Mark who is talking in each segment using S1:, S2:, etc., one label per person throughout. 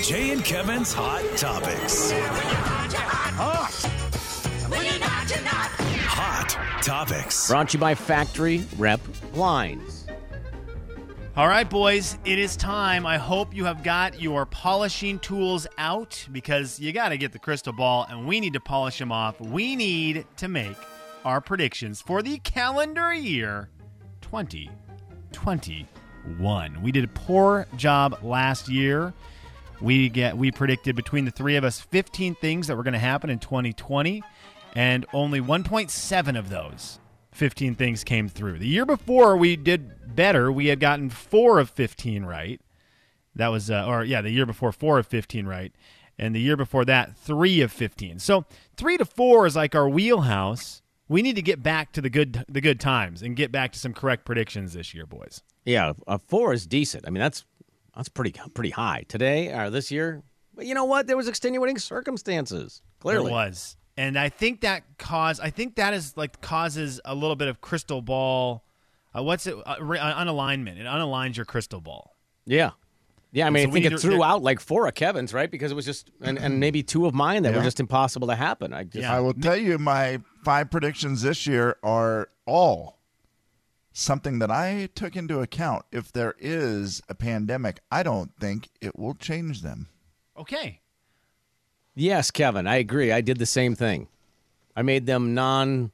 S1: Jay and Kevin's Hot Topics. Hot Topics.
S2: Brought to you by Factory Rep Lines.
S3: All right, boys, it is time. I hope you have got your polishing tools out because you got to get the crystal ball and we need to polish them off. We need to make our predictions for the calendar year 2021. We did a poor job last year. We get we predicted between the three of us 15 things that were going to happen in 2020 and only 1.7 of those 15 things came through. The year before we did better. We had gotten 4 of 15 right. That was uh, or yeah, the year before 4 of 15 right. And the year before that 3 of 15. So 3 to 4 is like our wheelhouse. We need to get back to the good the good times and get back to some correct predictions this year, boys.
S2: Yeah, a four is decent. I mean, that's that's pretty pretty high today or this year. But you know what? There was extenuating circumstances. Clearly,
S3: There was. And I think that cause I think that is like causes a little bit of crystal ball uh, what's it uh, re- uh, unalignment. It unaligns your crystal ball.
S2: Yeah. Yeah, I mean,
S3: so
S2: I
S3: we
S2: think
S3: need
S2: it
S3: to- Mm-hmm.
S2: threw out like four of Kevin's, right? Because it was just, and, and maybe two of mine that were just impossible to happen. I just,
S3: Yeah.
S4: I will tell you my five predictions this year are all something that I took into account. If there is a pandemic, I don't think it will change them.
S3: Okay.
S2: Yes, Kevin, I agree. I did the same thing. I made them non,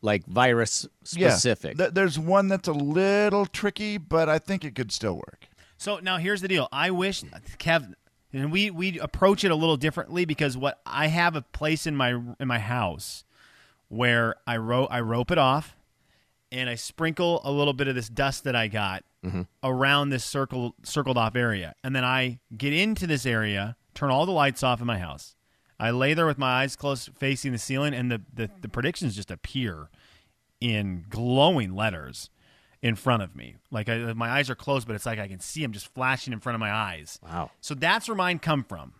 S2: like virus specific.
S4: Th- there's one that's a little tricky, but I think it could still work.
S3: So now here's the deal. I wish Kev and we we approach it a little differently because what I have a place in my in my house where I rope I rope it off and I sprinkle a little bit of this dust that I got around this circle circled off area. And then I get into this area, turn all the lights off in my house. I lay there with my eyes closed facing the ceiling and the, the, the predictions just appear in glowing letters in front of me. Like I, my eyes are closed, but it's like I can see them just flashing in front of my eyes.
S2: Wow.
S3: So that's where mine come from.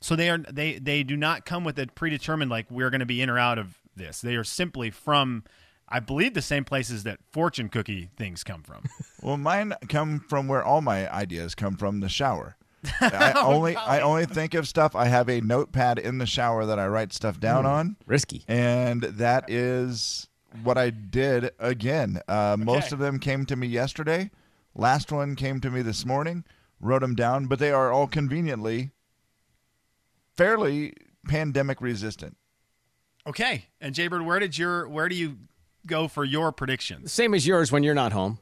S3: So they are they they do not come with a predetermined like we're going to be in or out of this. They are simply from, I believe, the same places that fortune cookie things come from.
S4: Well, mine come from where all my ideas come from the shower. I only I only think of stuff. I have a notepad in the shower that I write stuff down on.
S2: Risky.
S4: And that is what I did again. Uh, Most of them came to me yesterday. Last one came to me this morning. Wrote them down, but they are all conveniently fairly pandemic resistant.
S3: okay, and Jaybird, where did your where do you go for your predictions?
S2: Same as yours when you're not home.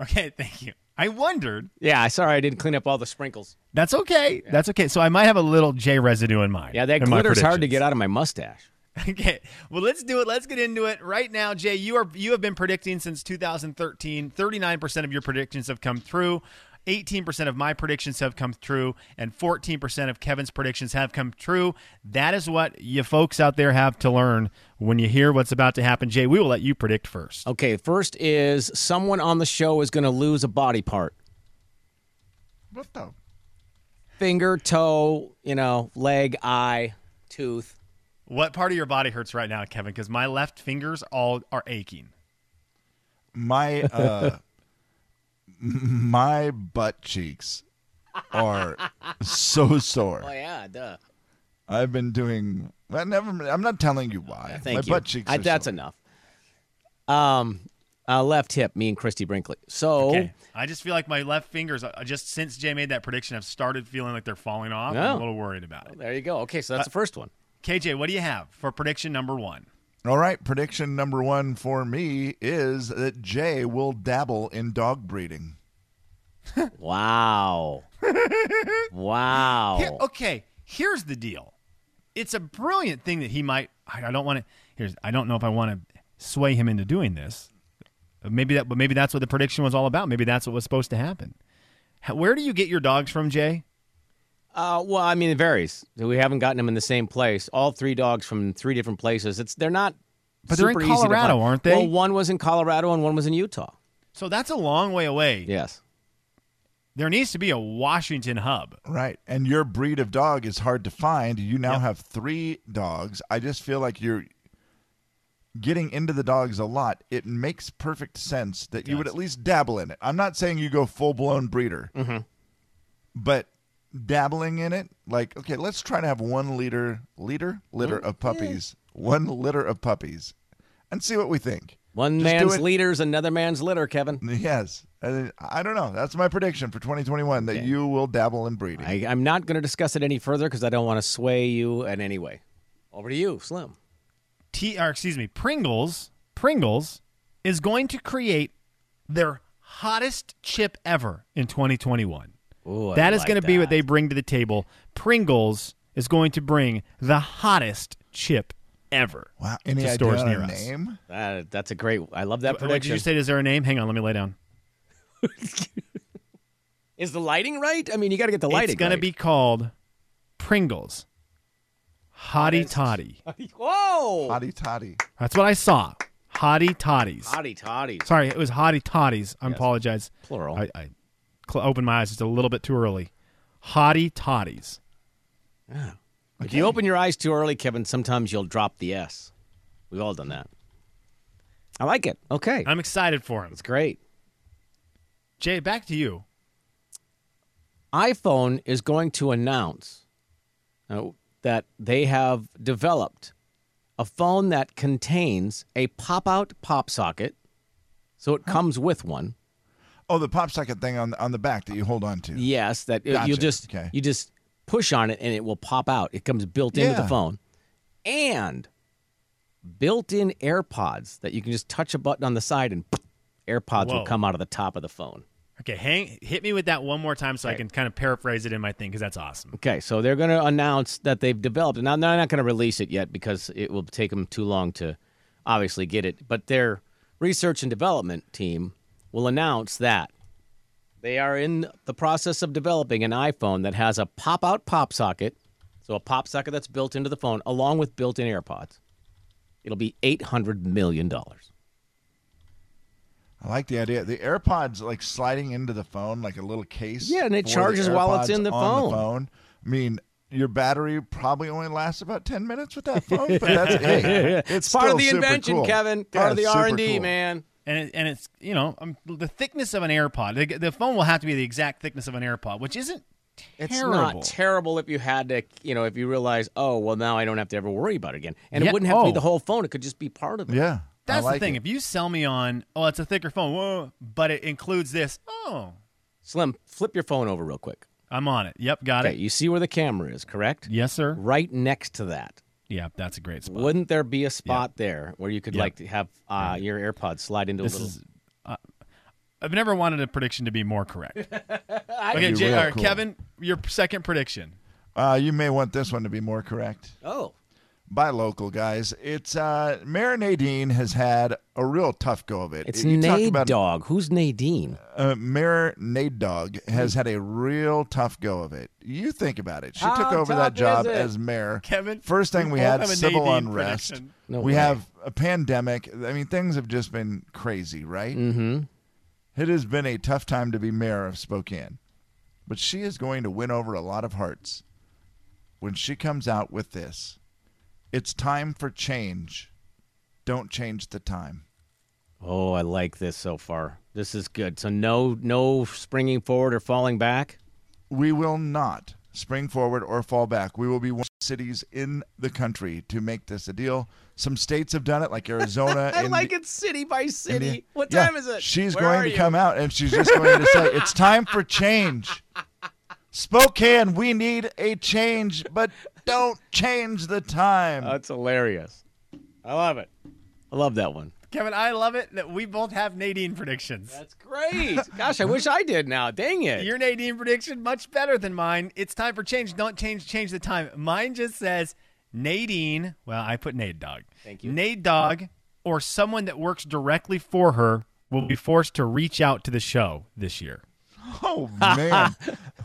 S3: Okay, thank you. I wondered.
S2: Yeah, sorry I didn't clean up all the sprinkles.
S3: That's okay. That's okay. So I might have a little J residue in mine.
S2: Yeah, that
S3: in my
S2: glitter's hard to
S3: predictions.
S2: get out of my mustache.
S3: Okay. Well, let's do it. Let's get into it right now, Jay. You are you have been predicting since 2013. 39% of your predictions have come through. 18% of my predictions have come true and 14% of Kevin's predictions have come true. That is what you folks out there have to learn when you hear what's about to happen. Jay, we will let you predict first.
S2: Okay, first is someone on the show is going to lose a body part.
S4: What the?
S2: Finger, toe, you know, leg, eye, tooth.
S3: What part of your body hurts right now, Kevin? Cuz my left fingers all are aching.
S4: My uh, m- my butt cheeks are so sore.
S2: Oh, yeah, duh.
S4: I've been doing. I never. I'm not telling you why.
S2: Thank
S4: My
S2: you.
S4: butt cheeks.
S2: I-
S4: are
S2: that's
S4: sore.
S2: enough. Um, uh, left hip, me and Christy Brinkley. So,
S3: Okay. I just feel like my left fingers uh, just since Jay made that prediction I've started feeling like they're falling off. I'm
S2: No.
S3: a little worried about it.
S2: there you go. Okay,
S4: Uh,
S2: so that's the first one.
S3: KJ, what do you have for prediction number one?
S4: All right. Prediction number one for me is that Jay will dabble in dog breeding.
S2: Wow. wow.
S3: Here- okay, here's the deal. It's a brilliant thing that he might. I I don't want to. Here's. I don't know if I want to sway him into doing this. Maybe that. But maybe that's what the prediction was all about. Maybe that's what was supposed to happen. How- Where do you get your dogs from, Jay?
S2: Uh, well, I mean, it varies. We haven't gotten them in the same place. All three dogs from three different places. It's they're not.
S3: But they're in
S2: super easy to find.
S3: Colorado, aren't they?
S2: Well, one was in Colorado and one was in Utah.
S3: So that's a long way away.
S2: Yes.
S3: There needs to be a Washington hub.
S4: Right. And your breed of dog is hard to find. You now
S3: Yep.
S4: have three dogs. I just feel like you're getting into the dogs a lot. It makes perfect sense that you would at least dabble in it. I'm not saying you go full blown breeder, but dabbling in it. Like, okay, let's try to have one liter liter litter of puppies, one litter of puppies, and see what we think.
S2: One
S4: Just do
S2: man's
S4: it.
S2: leader's another man's litter, Kevin.
S4: Yes, I I don't know. That's my prediction for 2021 that you will dabble in breeding.
S2: I, I'm not going to discuss it any further because I don't want to sway you in any way. Over to you, Slim.
S3: T or excuse me, Pringles, Pringles is going to create their hottest chip ever in 2021.
S2: Ooh, I
S3: that is
S2: like
S3: going to be what
S2: that.
S3: they bring to the table. Pringles is going to bring the hottest chip ever.
S4: wow, any
S3: to
S4: idea
S3: stores
S4: on
S3: near
S4: a
S3: us.
S4: name?
S2: That- that's a great. I love that
S3: Wait, did
S2: prediction.
S3: you say is there a name? Hang on, let me lay down.
S2: Is the lighting right? I mean, you got to get the lighting.
S3: it's going to be called Pringles Hottie Toddy.
S2: be. Whoa!
S4: Hotty toddy.
S3: That's what I saw. Hottie Toddies.
S2: Hotty toddy.
S3: Sorry, it was Hottie Toddies. I apologize.
S2: Plural.
S3: I, I cl- opened my eyes just a little bit too early. Hottie Toddies.
S2: If you open your eyes too early, Kevin, sometimes you'll drop the S. We've all done that. I like it. Okay.
S3: I'm excited for him.
S2: It's great.
S3: Jay, back to you.
S2: iPhone is going to announce uh, that they have developed a phone that contains a pop out pop socket. So it comes with one.
S4: Oh, the pop socket thing on on the back that you hold on to.
S2: Yes, that it-
S4: Gotcha.
S2: you'll just
S4: Okay.
S2: you just push on it and it will pop out. It comes built into the
S4: Yeah.
S2: phone. And built-in AirPods that you can just touch a button on the side and AirPods
S3: Whoa.
S2: will come out of the top of the phone.
S3: Okay, hang hit me with that one more time so I can kind of paraphrase it in my thing because that's awesome.
S2: Okay, so they're going to announce that they've developed, and I'm they're not going to release it yet because it will take them too long to obviously get it. But their research and development team will announce that they are in the process of developing an iPhone that has a pop-out pop socket, so a pop socket that's built into the phone, along with built-in AirPods. It'll be eight hundred million dollars.
S4: I like the idea. The AirPods like sliding into the phone like a little case.
S2: Yeah, and it
S4: for the
S2: charges while it's
S4: AirPods
S2: in the
S4: on
S2: phone.
S4: phone. I mean, your battery probably only lasts about ten minutes with that phone, but that's hey, it's
S2: part
S4: still
S2: of the
S4: super
S2: invention,
S4: cool.
S2: Kevin.
S4: Yeah,
S2: Part of the
S4: super
S2: R and D,
S4: cool.
S2: man.
S3: And it, and it's you know um, the thickness of an AirPod. The, the phone will have to be the exact thickness of an AirPod, which isn't
S2: It's
S3: terrible.
S2: not terrible if you had to, you know, if you realize, oh, well, now I don't have to ever worry about it again. And
S3: Yeah,
S2: it wouldn't have to
S3: oh.
S2: be the whole phone. It could just be part of it.
S4: Yeah, I
S3: That's
S4: like
S3: the thing.
S4: it.
S3: If you sell me on, oh, it's a thicker phone, whoa, but it includes this. Oh,
S2: Slim, flip your phone over real quick.
S3: I'm on it. Yep, got
S2: Okay,
S3: it.
S2: you see where the camera is, correct?
S3: Yes, sir.
S2: Right next to that.
S3: Yeah, that's a great spot.
S2: Wouldn't there be a spot there where you could,
S3: Yeah.
S2: like, have uh, your AirPods slide into
S3: This
S2: a little.
S3: is. Uh, I've never wanted a prediction to be more correct. okay,
S4: be
S3: Jay,
S4: real
S3: or
S4: cool.
S3: Kevin, your second prediction.
S4: Uh, you may want this one to be more correct.
S2: Oh,
S4: Buy local, guys. It's uh, Mayor Nadine has had a real tough go of it.
S2: it's
S4: You talked
S2: Nade
S4: about-
S2: Dog. Who's Nadine?
S4: uh, Mayor Nate Dogg has had a real tough go of of it. You think about it. She
S2: Hmm. How
S4: took over
S2: tough
S4: that
S2: is
S4: job
S2: it?
S4: as mayor.
S3: Kevin,
S4: first thing
S3: we
S4: we
S3: both
S4: had
S3: have a
S4: civil
S3: Nadine
S4: unrest.
S3: prediction.
S2: No
S4: we
S2: way.
S4: have a pandemic. I mean, things have just been crazy, right? Mm-hmm. It has been a tough time to be mayor of Spokane, but she is going to win over a lot of hearts when she comes out with this. It's time for change. Don't change the time.
S2: Oh, I like this so far. This is good. So no, no springing forward or falling back.
S4: We will not spring forward or fall back. We will be one of the cities in the country to make this a deal. Some states have done it, like Arizona.
S2: I
S4: Indi-
S2: like it city by city.
S4: India-
S2: What
S4: Yeah,
S2: time is it?
S4: She's
S2: Where
S4: going
S2: are
S4: to
S2: you?
S4: come out and she's just going to say, "It's time for change." Spokane, we need a change, but don't change the time.
S3: Uh,
S2: That's hilarious. I love it. I love that one.
S3: Kevin, I love it that we both have Nadine predictions.
S2: That's great. Gosh, I wish I did now. Dang it.
S3: Your Nadine prediction much better than mine. It's time for change. Don't change. Change the time. Mine just says Nadine. Well, I put Nade Dog. Thank you. Nade Dog or someone that works directly for her will be forced to reach out to the show this year.
S4: oh man,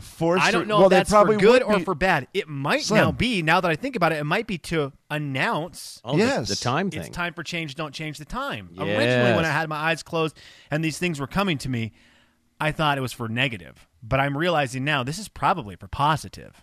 S4: Forced
S3: I
S4: to-
S3: don't know
S4: well,
S3: if
S4: they
S3: that's for
S4: probably
S3: good
S4: would
S3: or
S4: be-
S3: for bad. It might
S4: Slim.
S3: now be. Now that I think about it, it might be to announce.
S2: Oh, the-
S4: Yes.
S2: The, time
S3: It's
S2: thing.
S3: time for change. Don't change the time. Originally, when I
S2: Yes.
S3: had my eyes closed and these things were coming to me, I thought it was for negative. But I'm realizing now this is probably for positive.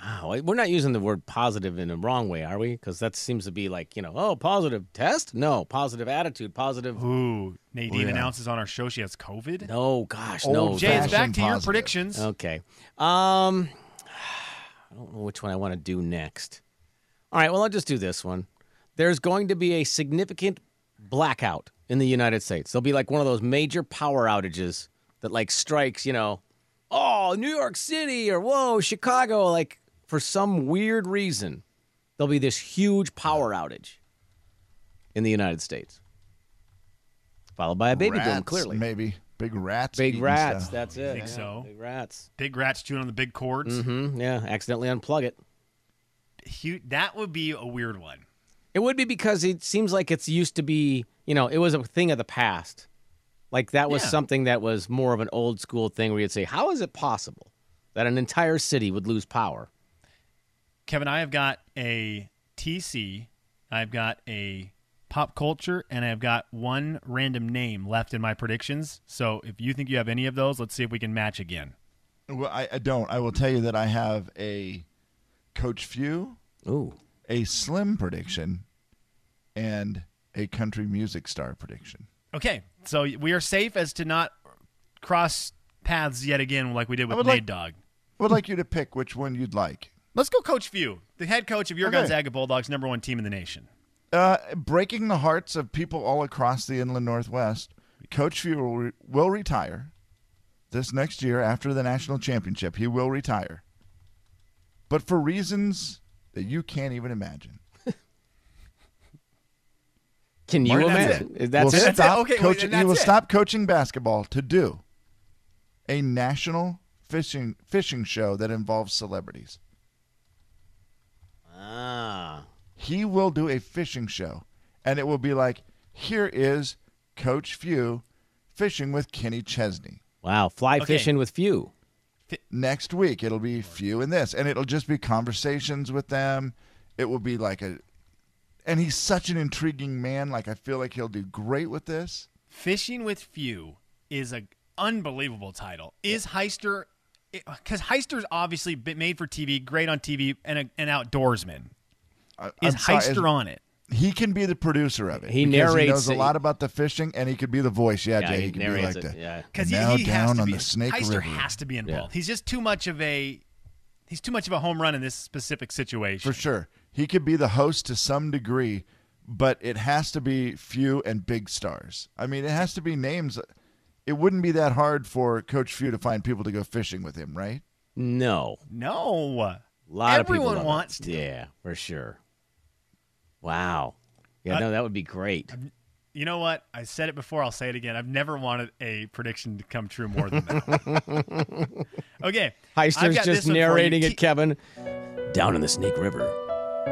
S2: Wow, oh, we're not using the word positive in a wrong way, are we? Because that seems to be like you know, oh, positive test. No, positive attitude. Positive.
S3: Ooh, Nadine
S4: Oh, yeah.
S3: announces on our show she has COVID.
S2: No, oh, gosh,
S4: Old
S2: no.
S3: Jay, it's
S2: that-
S3: back
S4: Fashion
S3: to your
S4: positive.
S3: predictions.
S2: Okay. Um, I don't know which one I want to do next. All right. Well, I'll just do this one. There's going to be a significant blackout in the United States. There'll be like one of those major power outages that like strikes, you know, oh, New York City or whoa, Chicago. Like for some weird reason, there'll be this huge power outage in the United States, followed by a baby boom.
S4: Rats,
S2: Clearly,
S4: Maybe. Big rats.
S2: big
S4: eating
S2: rats.
S4: stuff.
S2: That's it.
S3: uh, Think
S2: yeah,
S3: so?
S2: Big rats.
S3: Big rats chewing on the big cords.
S2: Mm-hmm. Yeah, accidentally unplug it.
S3: Hu- that would be a weird one.
S2: It would be because it seems like it's used to be, you know, it was a thing of the past. Like that was
S3: Yeah.
S2: something that was more of an old school thing where you'd say, how is it possible that an entire city would lose power?
S3: Kevin, I have got a TC, I've got a pop culture, and I've got one random name left in my predictions. So if you think you have any of those, let's see if we can match again.
S4: Well, I, I don't. I will tell you that I have a Coach Few,
S2: Ooh.
S4: a Slim prediction, and a country music star prediction.
S3: Okay, so we are safe as to not cross paths yet again, like we did with
S4: would
S3: Nade
S4: like-
S3: Dog.
S4: I would like you to pick which one you'd like.
S3: Let's go, Coach View, the head coach of your
S4: Okay.
S3: Gonzaga Bulldogs, number one team in the nation.
S4: Uh, breaking the hearts of people all across the inland northwest, Coach Few will, re- will retire this next year after the national championship. He will retire, but for reasons that you can't even imagine.
S2: Can you
S4: Martin, that's
S2: imagine?
S4: it.
S2: That's
S4: We'll
S2: it?
S3: it.
S4: Stop
S3: Okay, wait,
S4: coaching,
S3: then
S4: he will
S3: that's it.
S4: stop coaching basketball to do a national fishing fishing show that involves celebrities.
S2: Ah.
S4: He will do a fishing show, and it will be like, here is Coach Few fishing with Kenny Chesney.
S2: Wow. Fly
S3: Okay.
S2: fishing with few.
S4: next week it'll be few in this and it'll just be conversations with them it will be like a and he's such an intriguing man like i feel like he'll do great with this
S3: Fishing with Few is an unbelievable title. Is Heister, because Heister's obviously been made for TV, great on TV, and a, an outdoorsman.
S4: I-
S3: Is
S4: I'm sorry,
S3: Heister
S4: is-
S3: on it?
S4: he can be the producer of it
S2: He
S4: because he
S2: narrates
S4: knows a
S2: it.
S4: lot about the fishing and he could be the voice yeah,
S2: Yeah,
S4: jay
S2: he
S4: he, could be
S2: narrates
S4: like
S2: it,
S4: that
S2: yeah.
S3: Because he,
S4: now
S3: he
S4: down
S3: has to
S4: on
S3: be,
S4: the snake
S3: Heister
S4: river
S3: has to be involved. He's just too much of a. He's too much of a home run in this specific situation.
S4: for sure he could be the host to some degree but it has to be few and big stars i mean it has to be names it wouldn't be that hard for coach few to find people to go fishing with him right
S2: No.
S3: No,
S2: A lot of
S3: Everyone
S2: people. love it.
S3: wants to.
S2: Yeah, for sure. Wow. Yeah,
S3: Uh,
S2: no, that would be great.
S3: You know what? I said it before. I'll say it again. I've never wanted a prediction to come true more than that. okay. I've
S2: Heister's
S3: got
S2: just
S3: this one for you.
S2: narrating
S3: T-
S2: it, Kevin. Down in the Snake River,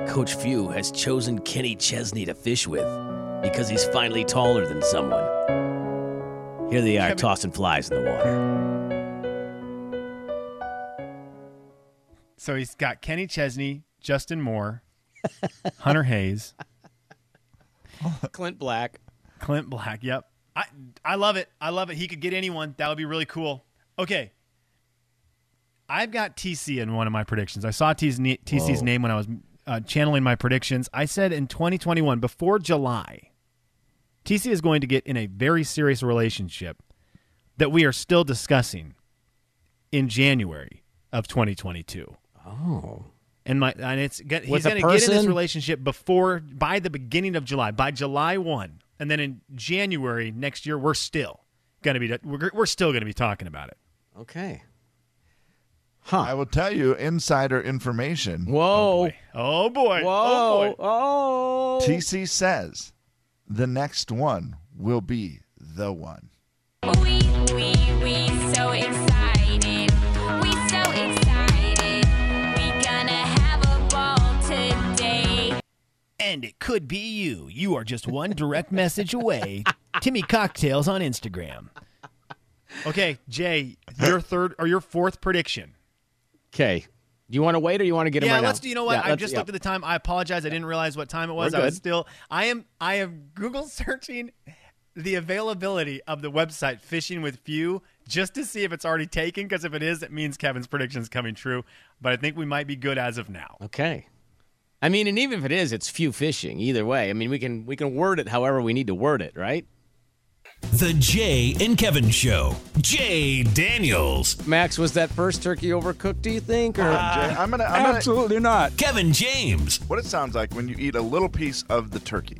S2: Coach Few has chosen Kenny Chesney to fish with because he's finally taller than someone. Here they are
S3: Kevin-
S2: tossing flies in the water.
S3: So he's got Kenny Chesney, Justin Moore, Hunter Hayes,
S2: Clint Black.
S3: Clint Black. Yep. I I love it. I love it. He could get anyone. That would be really cool. Okay. I've got TC in one of my predictions. I saw TC's, na- TC's
S2: Whoa.
S3: name when I was uh, channeling my predictions. I said in 2021, before July, TC is going to get in a very serious relationship that we are still discussing in January of 2022
S2: Oh.
S3: and my and it's got, he's
S2: With a
S3: going to get in this
S2: person?
S3: relationship before by the beginning of July, by July one, and then in January next year, we're still going to be we're, we're still going to be talking about it.
S2: Okay.
S4: I
S2: Huh.
S4: will tell you insider information.
S2: Whoa.
S3: Oh
S2: Whoa.
S3: boy! Oh boy!
S2: Oh.
S4: TC says the next one will be the one.
S5: We, we, we so excited. We so excited. We gonna have a ball today.
S3: And it could be you. You are just one direct message away. Timmy cocktails on Instagram. Okay, Jay, your third or your fourth prediction.
S2: Okay. Do you want to wait or you want to get him
S3: yeah,
S2: right
S3: let's
S2: now?
S3: do. You know what?
S2: Yeah,
S3: I
S2: let's-
S3: just
S2: yeah.
S3: looked at the time. I apologize. I didn't realize what time it was.
S2: We're
S3: I was
S2: good.
S3: still. I am. I am Google searching the availability of the website Fishing with Few just to see if it's already taken. Because if it is, it means Kevin's prediction is coming true. But I think we might be good as of now.
S2: Okay. I mean, and even if it is, it's few fishing either way. I mean, we can we can word it however we need to word it, right?
S1: The Jay and Kevin Show. Jay Daniels.
S2: Max, was that first turkey overcooked? Do you think? Or
S4: Jay, I'm gonna. I'm gonna
S6: Absolutely not.
S1: Kevin James.
S4: what it sounds like when you eat a little piece of the turkey.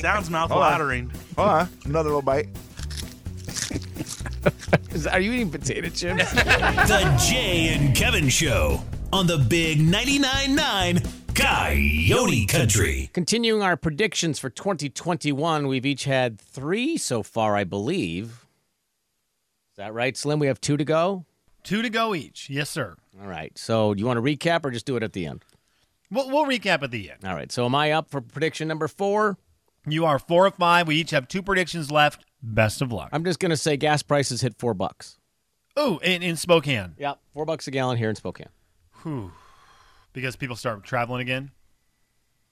S7: Sounds mouth watering.
S4: Hold on, another little bite.
S2: Is- are you eating potato chips?
S1: The Jay and Kevin Show on the Big 99.9 9 Coyote Country.
S2: Continuing our predictions for 2021, we've each had three so far, I believe. Is that right, Slim? We have two to go.
S3: Two to go each. Yes, sir.
S2: All right. So, do you want to recap or just do it at the end?
S3: We'll, we'll recap at the end.
S2: All right. So, am I up for prediction number four?
S3: You are four of five. We each have two predictions left. Best of luck.
S2: I'm just going to say gas prices hit four bucks.
S3: Oh, in, in Spokane.
S2: Yeah, four bucks a gallon here in Spokane.
S3: Whew. Because people start traveling again.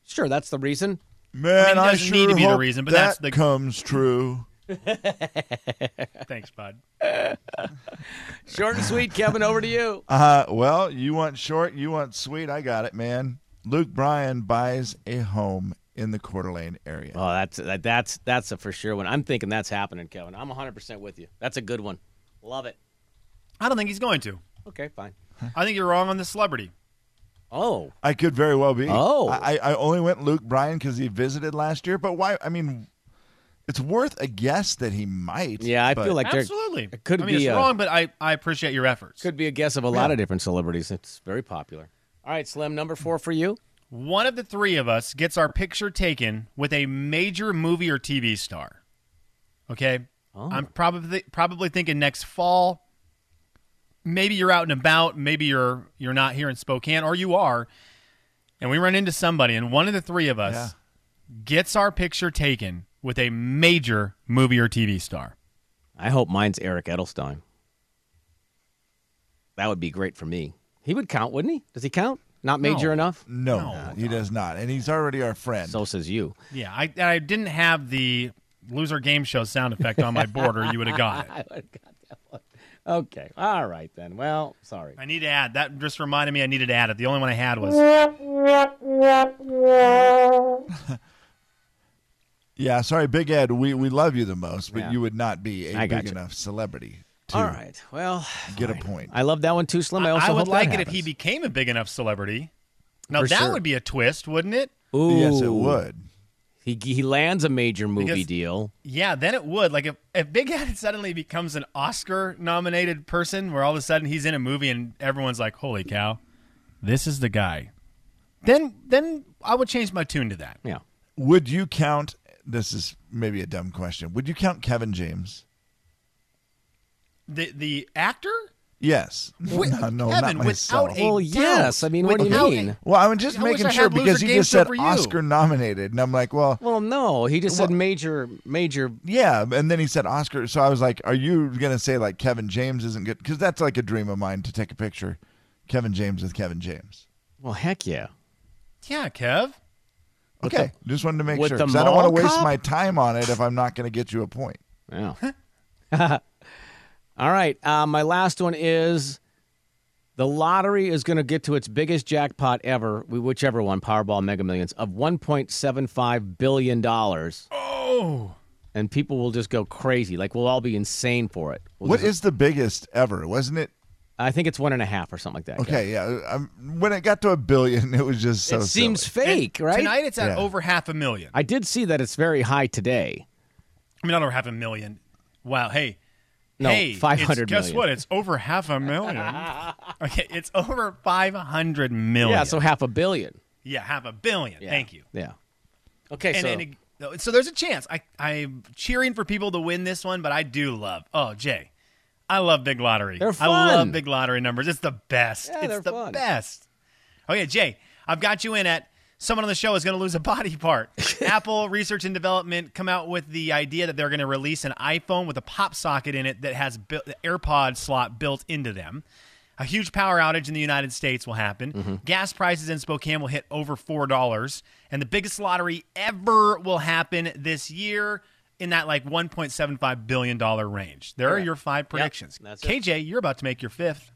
S2: Sure, that's the reason.
S4: Man,
S3: I mean, it
S4: I,
S3: doesn't
S4: sure
S3: need to be the
S4: hope
S3: reason, but
S4: that
S3: that's the-
S4: comes true.
S3: Thanks, bud.
S2: Short and sweet, Kevin. Over to you.
S4: Uh, well, you want short, you want sweet. I got it, man. Luke Bryan buys a home in the Coeur d'Alene area.
S2: Oh, that's that, that's that's a for sure one. I'm thinking that's happening, Kevin. I'm 100 percent with you. That's a good one. Love it.
S3: I don't think he's going to.
S2: Okay, fine.
S3: I think you're wrong on the celebrity.
S2: Oh,
S4: I could very well be.
S2: Oh.
S4: I, I only went Luke Bryan because he visited last year, but why? I mean, it's worth a guess that he might.
S2: yeah. I
S4: but-
S2: feel like there
S3: Absolutely.
S2: it could
S3: I mean,
S2: be
S3: it's
S2: a-
S3: wrong, but I, I appreciate your efforts.
S2: could be a guess of a lot of different celebrities. It's very popular. All right, Slim. Number four for you.
S3: One of the three of us gets our picture taken with a major movie or TV star. Okay? I'm probably probably thinking next fall. Maybe you're out and about, maybe you're you're not here in Spokane or you are. And we run into somebody and one of the three of us gets our picture taken with a major movie or TV star.
S2: I hope mine's Eric Edelstein. That would be great for me. He would count, wouldn't he? Does he count? Not major
S3: No.
S2: enough.
S4: No, he does not. And he's already our friend.
S2: So says you.
S3: Yeah, I I didn't have the loser game show sound effect on my board or you would have got it.
S2: I would have got that one. Okay. All right then. Well, sorry.
S3: I need to add. That just reminded me I needed to add it. The only one I had was
S4: yeah, sorry, Big Ed, we, we love you the most, but
S2: Yeah.
S4: you would not be a
S2: I
S4: big
S2: gotcha.
S4: enough celebrity to
S2: All right. Well,
S4: get a point.
S2: I love that one too, Slim. I also
S3: I would
S2: hope that
S3: like it if he
S2: happens.
S3: became a big enough celebrity. Now
S2: For
S3: that
S2: sure.
S3: would be a twist, wouldn't it?
S2: Ooh,
S4: Yes, it would.
S2: He, he lands a major movie
S3: Because-
S2: deal.
S3: Yeah, then it would. Like if, if Big Ed suddenly becomes an Oscar nominated person where all of a sudden he's in a movie and everyone's like, Holy cow, this is the guy. Then then I would change my tune to that.
S2: Yeah.
S4: Would you count? This is maybe a dumb question. Would you count Kevin James?
S3: The the actor?
S4: Yes.
S3: Wi-
S4: no, no,
S3: Kevin,
S4: not myself.
S3: without a
S2: Well,
S3: doubt,
S2: yes. I mean, what do you
S3: without a-
S2: mean?
S4: well, I'm just
S3: I wish
S4: making
S3: I
S4: sure
S3: had Loser
S4: because you
S3: Game
S4: just
S3: Show
S4: said
S3: for you.
S4: Oscar nominated, and I'm like, well,
S2: Well, no, he just said
S4: Well-
S2: major, major.
S4: yeah. And then he said Oscar, so I was like, are you gonna say like Kevin James isn't good? Because that's like a dream of mine to take a picture, Kevin James with Kevin James.
S2: Well, heck yeah.
S3: Yeah, Kev.
S4: Okay, just wanted to make
S2: with
S4: sure
S2: the
S4: 'cause I don't want to
S2: mall
S4: waste
S2: cop?
S4: my time on it if I'm not gonna get you a point.
S2: Yeah. All right. Uh, my last one is the lottery is going to get to its biggest jackpot ever, we- whichever one, Powerball Mega Millions, of $1.75 billion. Oh. And people will just go crazy. Like, we'll all be insane for it. We'll
S4: What
S2: just-
S4: is the biggest ever? Wasn't it?
S2: I think it's one and a half or something like that. Kevin.
S4: Okay, yeah. I'm, when it got to a billion, it was just so.
S2: it seems
S4: silly.
S2: fake,
S3: And
S2: right?
S3: Tonight it's at
S4: Yeah.
S3: over half a million.
S2: I did see that it's very high today.
S3: I mean, not over half a million. Wow. Hey.
S2: No,
S3: hey, it's-
S2: 500
S3: Guess
S2: million.
S3: what? It's over half a million. okay, it's over 500 million.
S2: Yeah, so half a billion.
S3: Oh, yeah, half a billion. Thank you.
S2: Yeah. Okay,
S3: And,
S2: so
S3: and it- so there's a chance. I, I'm cheering for people to win this one, but I do love. Oh, Jay, I love Big Lottery.
S2: They're
S3: I love
S2: fun.
S3: Big Lottery numbers. It's the best.
S2: Yeah,
S3: it's
S2: they're
S3: the
S2: fun.
S3: best. Okay, Jay, I've got you in at someone on the show is going to lose a body part. Apple Research and Development come out with the idea that they're going to release an iPhone with a pop socket in it that has bu- the AirPod slot built into them. a huge power outage in the United States will happen.
S2: Mm-hmm.
S3: Gas prices in Spokane will hit over $4. And the biggest lottery ever will happen this year in that like $1.75 billion range. There are your five predictions.
S2: that's it.
S3: KJ, you're about to make your fifth.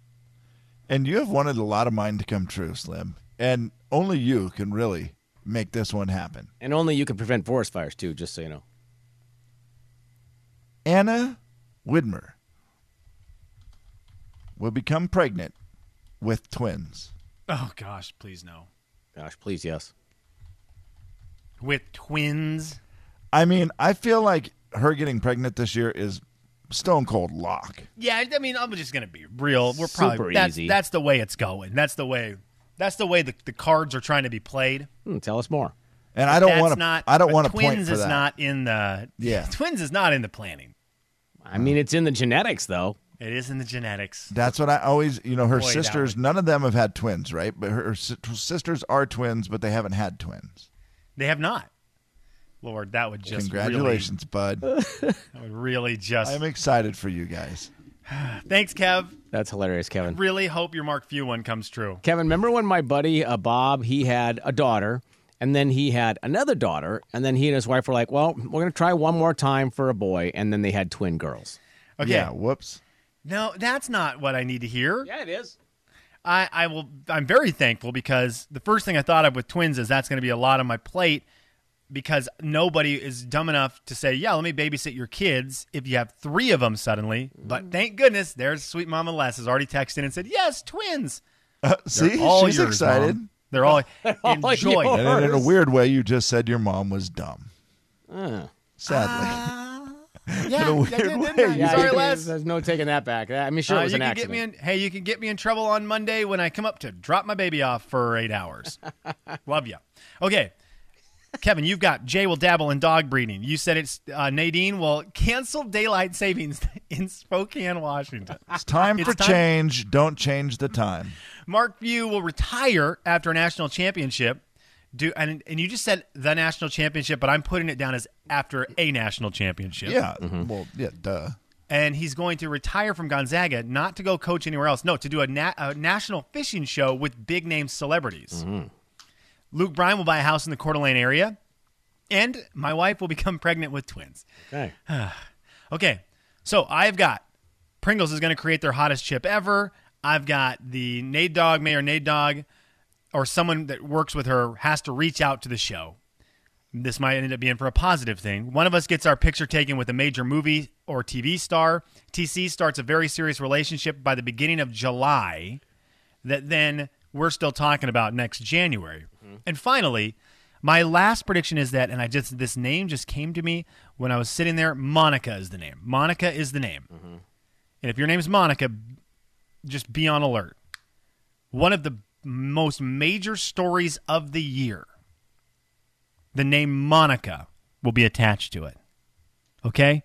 S4: And you have wanted a lot of mine to come true, Slim. And only you can really make this one happen.
S2: And only you can prevent forest fires too, just so you know.
S4: Anna Widmer will become pregnant with twins.
S3: Oh, gosh, please no.
S2: Gosh, please, yes.
S3: With twins.
S4: I mean, I feel like her getting pregnant this year is stone cold lock.
S3: Yeah, I mean, I'm just gonna be real. We're probably
S2: Super
S3: that's,
S2: easy.
S3: That's the way it's going. That's the way. That's the way the, the cards are trying to be played.
S2: Hmm, tell us more.
S4: And I don't
S3: That's
S4: want to.
S3: not.
S4: I don't
S3: but
S4: want to
S3: Twins
S4: point for
S3: is
S4: that.
S3: not in the.
S4: Yeah.
S3: Twins is not in the planning.
S2: I mean, it's in the genetics, though.
S3: It is in the genetics.
S4: That's what I always. You know, her
S3: Boy, that
S4: sisters.
S3: one.
S4: None of them have had twins, right? But her, her si- sisters are twins, but they haven't had twins.
S3: They have not. Lord, that would just
S4: Congratulations, bud.
S3: Really, that would really just.
S4: I'm excited for you guys.
S3: Thanks, Kev.
S2: That's hilarious, Kevin.
S3: Really hope your Mark Few one comes true.
S2: Kevin, remember when my buddy uh, Bob he had a daughter, and then he had another daughter, and then he and his wife were like, "Well, we're gonna try one more time for a boy," and then they had twin girls.
S3: Okay.
S4: Yeah. Whoops.
S3: No, that's not what I need to hear.
S2: Yeah, it is.
S3: I, I will. I'm very thankful because the first thing I thought of with twins is that's going to be a lot on my plate because nobody is dumb enough to say, "Yeah, let me babysit your kids." If you have three of them suddenly, but thank goodness, there's sweet Mama Les has already texted and said, "Yes, twins."
S4: See,
S3: All
S4: she's
S3: yours,
S4: excited.
S3: Mom. They're all
S2: all
S3: enjoy.
S2: yours.
S4: And then in a
S2: Hers.
S4: weird way, you just said your mom was dumb.
S3: Uh.
S4: Sadly.
S3: Ah. Yeah,
S4: weird
S3: I did, didn't
S4: way,
S3: I?
S4: you
S3: Sorry,
S2: you-
S3: Les.
S2: There's no taking that back. I mean, sure,
S3: Uh,
S2: it was
S3: you
S2: an
S3: can
S2: accident.
S3: get me in. Hey, you can get me in trouble on Monday when I come up to drop my baby off for eight hours. Love you. Okay, Kevin, you've got Jay will dabble in dog breeding. You said it's uh, Nadine will cancel daylight savings in Spokane, Washington.
S4: It's time
S3: It's
S4: for
S3: time-
S4: change. Don't change the time.
S3: Mark View will retire after a national championship. Do and and you just said the national championship, but I'm putting it down as after a national championship.
S4: Yeah.
S3: Mm-hmm.
S4: Well, yeah, duh.
S3: and he's going to retire from Gonzaga, not to go coach anywhere else. No, to do a, na- a national fishing show with big name celebrities. Luke Bryan will buy a house in the Coeur d'Alene area, and my wife will become pregnant with twins.
S2: Okay.
S3: Okay, so I've got Pringles is going to create their hottest chip ever. I've got the Nade Dog, Mayor Nade Dog, or someone that works with her has to reach out to the show. This might end up being for a positive thing. One of us gets our picture taken with a major movie or TV star. TC starts a very serious relationship by the beginning of July that then we're still talking about next January. And finally, my last prediction is that, and I just this name just came to me when I was sitting there. Monica is the name. Monica is the name. And if your name's Monica, just be on alert. One of the most major stories of the year. The name Monica will be attached to it. Okay?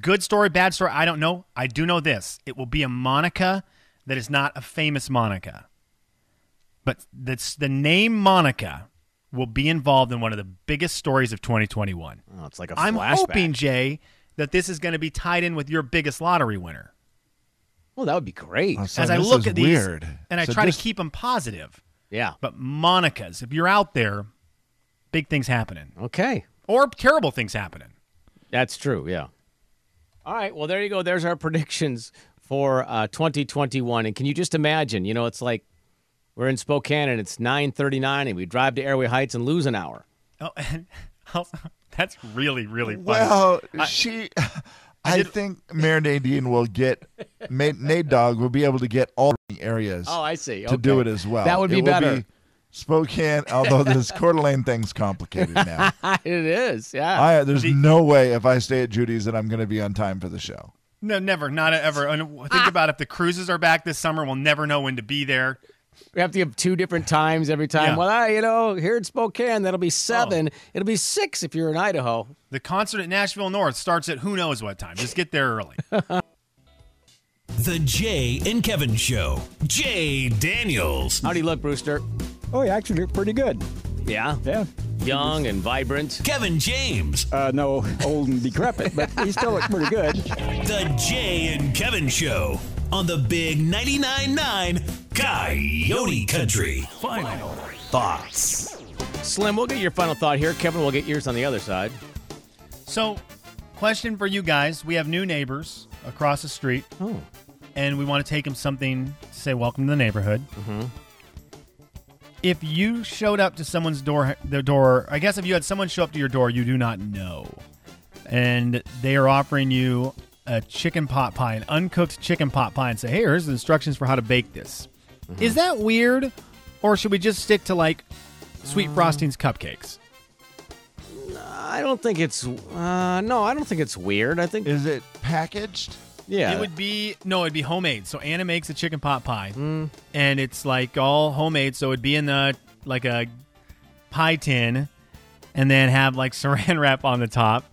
S3: good story, bad story, I don't know. I do know this. It will be a Monica that is not a famous Monica. But that's the name Monica will be involved in one of the biggest stories of 2021.
S2: Oh, it's like a
S3: I'm
S2: flashback.
S3: hoping, Jay, that this is going to be tied in with your biggest lottery winner.
S2: Well, Oh, that would be great.
S4: So
S3: As I
S4: this
S3: look
S4: is
S3: at these
S4: weird.
S3: and I
S4: So
S3: try
S4: just-
S3: to keep them positive.
S2: Yeah.
S3: But Monica's, if you're out there, big things happening
S2: Okay.
S3: or terrible things happening.
S2: That's true. Yeah. All right. Well, there you go. There's our predictions for uh, 2021. And can you just imagine? You know, it's like we're in Spokane and it's 9:39, and we drive to Airway Heights and lose an hour.
S3: Oh, and also, that's really, really funny.
S4: Well, she. I, think Mayor Nadine will get. Ma- Nate Dog will be able to get all the areas
S2: Oh, I see.
S4: to do it
S2: Okay.
S4: as well.
S2: That would be
S4: It will
S2: better.
S4: Spokane, although this Coeur d'Alene thing's complicated now.
S2: it is. Yeah.
S4: I, there's no way if I stay at Judy's that I'm going to be on time for the show.
S3: No, never, not ever. And think about if the cruises are back this summer, we'll never know when to be there.
S2: we have to give two different times every time.
S3: Yeah.
S2: Well, I, you know, here in Spokane, that'll be seven.
S4: Oh.
S2: It'll be six if you're in Idaho.
S3: The concert at Nashville North starts at who knows what time. Just get there early.
S1: The Jay and Kevin Show. Jay Daniels.
S2: How do you look, Brewster?
S6: Oh, you actually look pretty good.
S2: Yeah.
S6: Yeah.
S2: young and vibrant.
S1: Kevin James,
S6: Uh, no, old and decrepit, but he still looked pretty good.
S1: The Jay and Kevin Show on the Big 99.9 9 Coyote Country. Final thoughts.
S2: Slim, we'll get your final thought here. Kevin will get yours on the other side.
S3: So, question for you guys: We have new neighbors across the street,
S2: Oh,
S3: and we want to take them something to say "Welcome to the neighborhood." Mm-hmm. If you showed up to someone's door, their door, I guess if you had someone show up to your door you do not know, and they are offering you a chicken pot pie, an uncooked chicken pot pie, and say, "Hey, here's the instructions for how to bake this." Is that weird, or should we just stick to like sweet frostings cupcakes?
S2: I don't think it's. Uh, no, I don't think it's weird. I think
S4: Is it packaged?
S2: yeah,
S3: It would be no, it'd be homemade. So Anna makes a chicken pot pie,
S2: Mm.
S3: and it's like all homemade. So it'd be in the like a pie tin, and then have like Saran wrap on the top.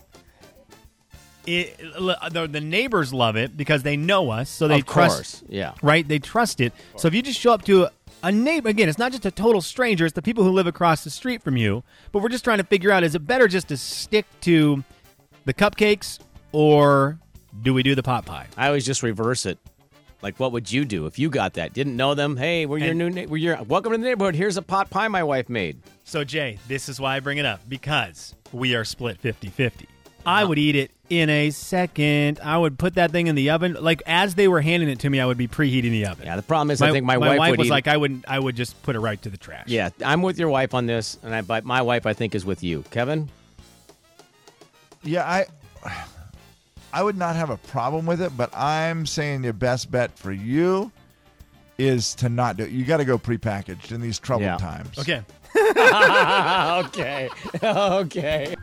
S3: It the, the neighbors love it because they know us, so they
S2: of
S3: trust
S2: course. Yeah,
S3: right? They trust it. So if you just show up to a, a neighbor, again, it's not just a total stranger, it's the people who live across the street from you. But we're just trying to figure out is it better just to stick to the cupcakes or do we do the pot pie?
S2: I always just reverse it. Like, what would you do if you got that? Didn't know them? Hey, we're your
S3: And-
S2: new. Na- we're your welcome to the neighborhood. Here's a pot pie my wife made.
S3: So, Jay, this is why I bring it up because we are split 50 50.
S2: Uh-huh.
S3: I would eat it in a second. I would put that thing in the oven. Like, as they were handing it to me, I would be preheating the oven.
S2: Yeah, the problem is I think my,
S3: wife,
S2: would
S3: was
S2: eat it.
S3: like, I wouldn't. I would just put it right to the trash.
S2: Yeah, I'm with your wife on this, and I but my wife I think is with you, Kevin.
S4: Yeah, I I would not have a problem with it, but I'm saying your best bet for you is to not do it. You got to go prepackaged in these troubled
S2: Yeah.
S4: times.
S3: Okay.
S2: okay, okay.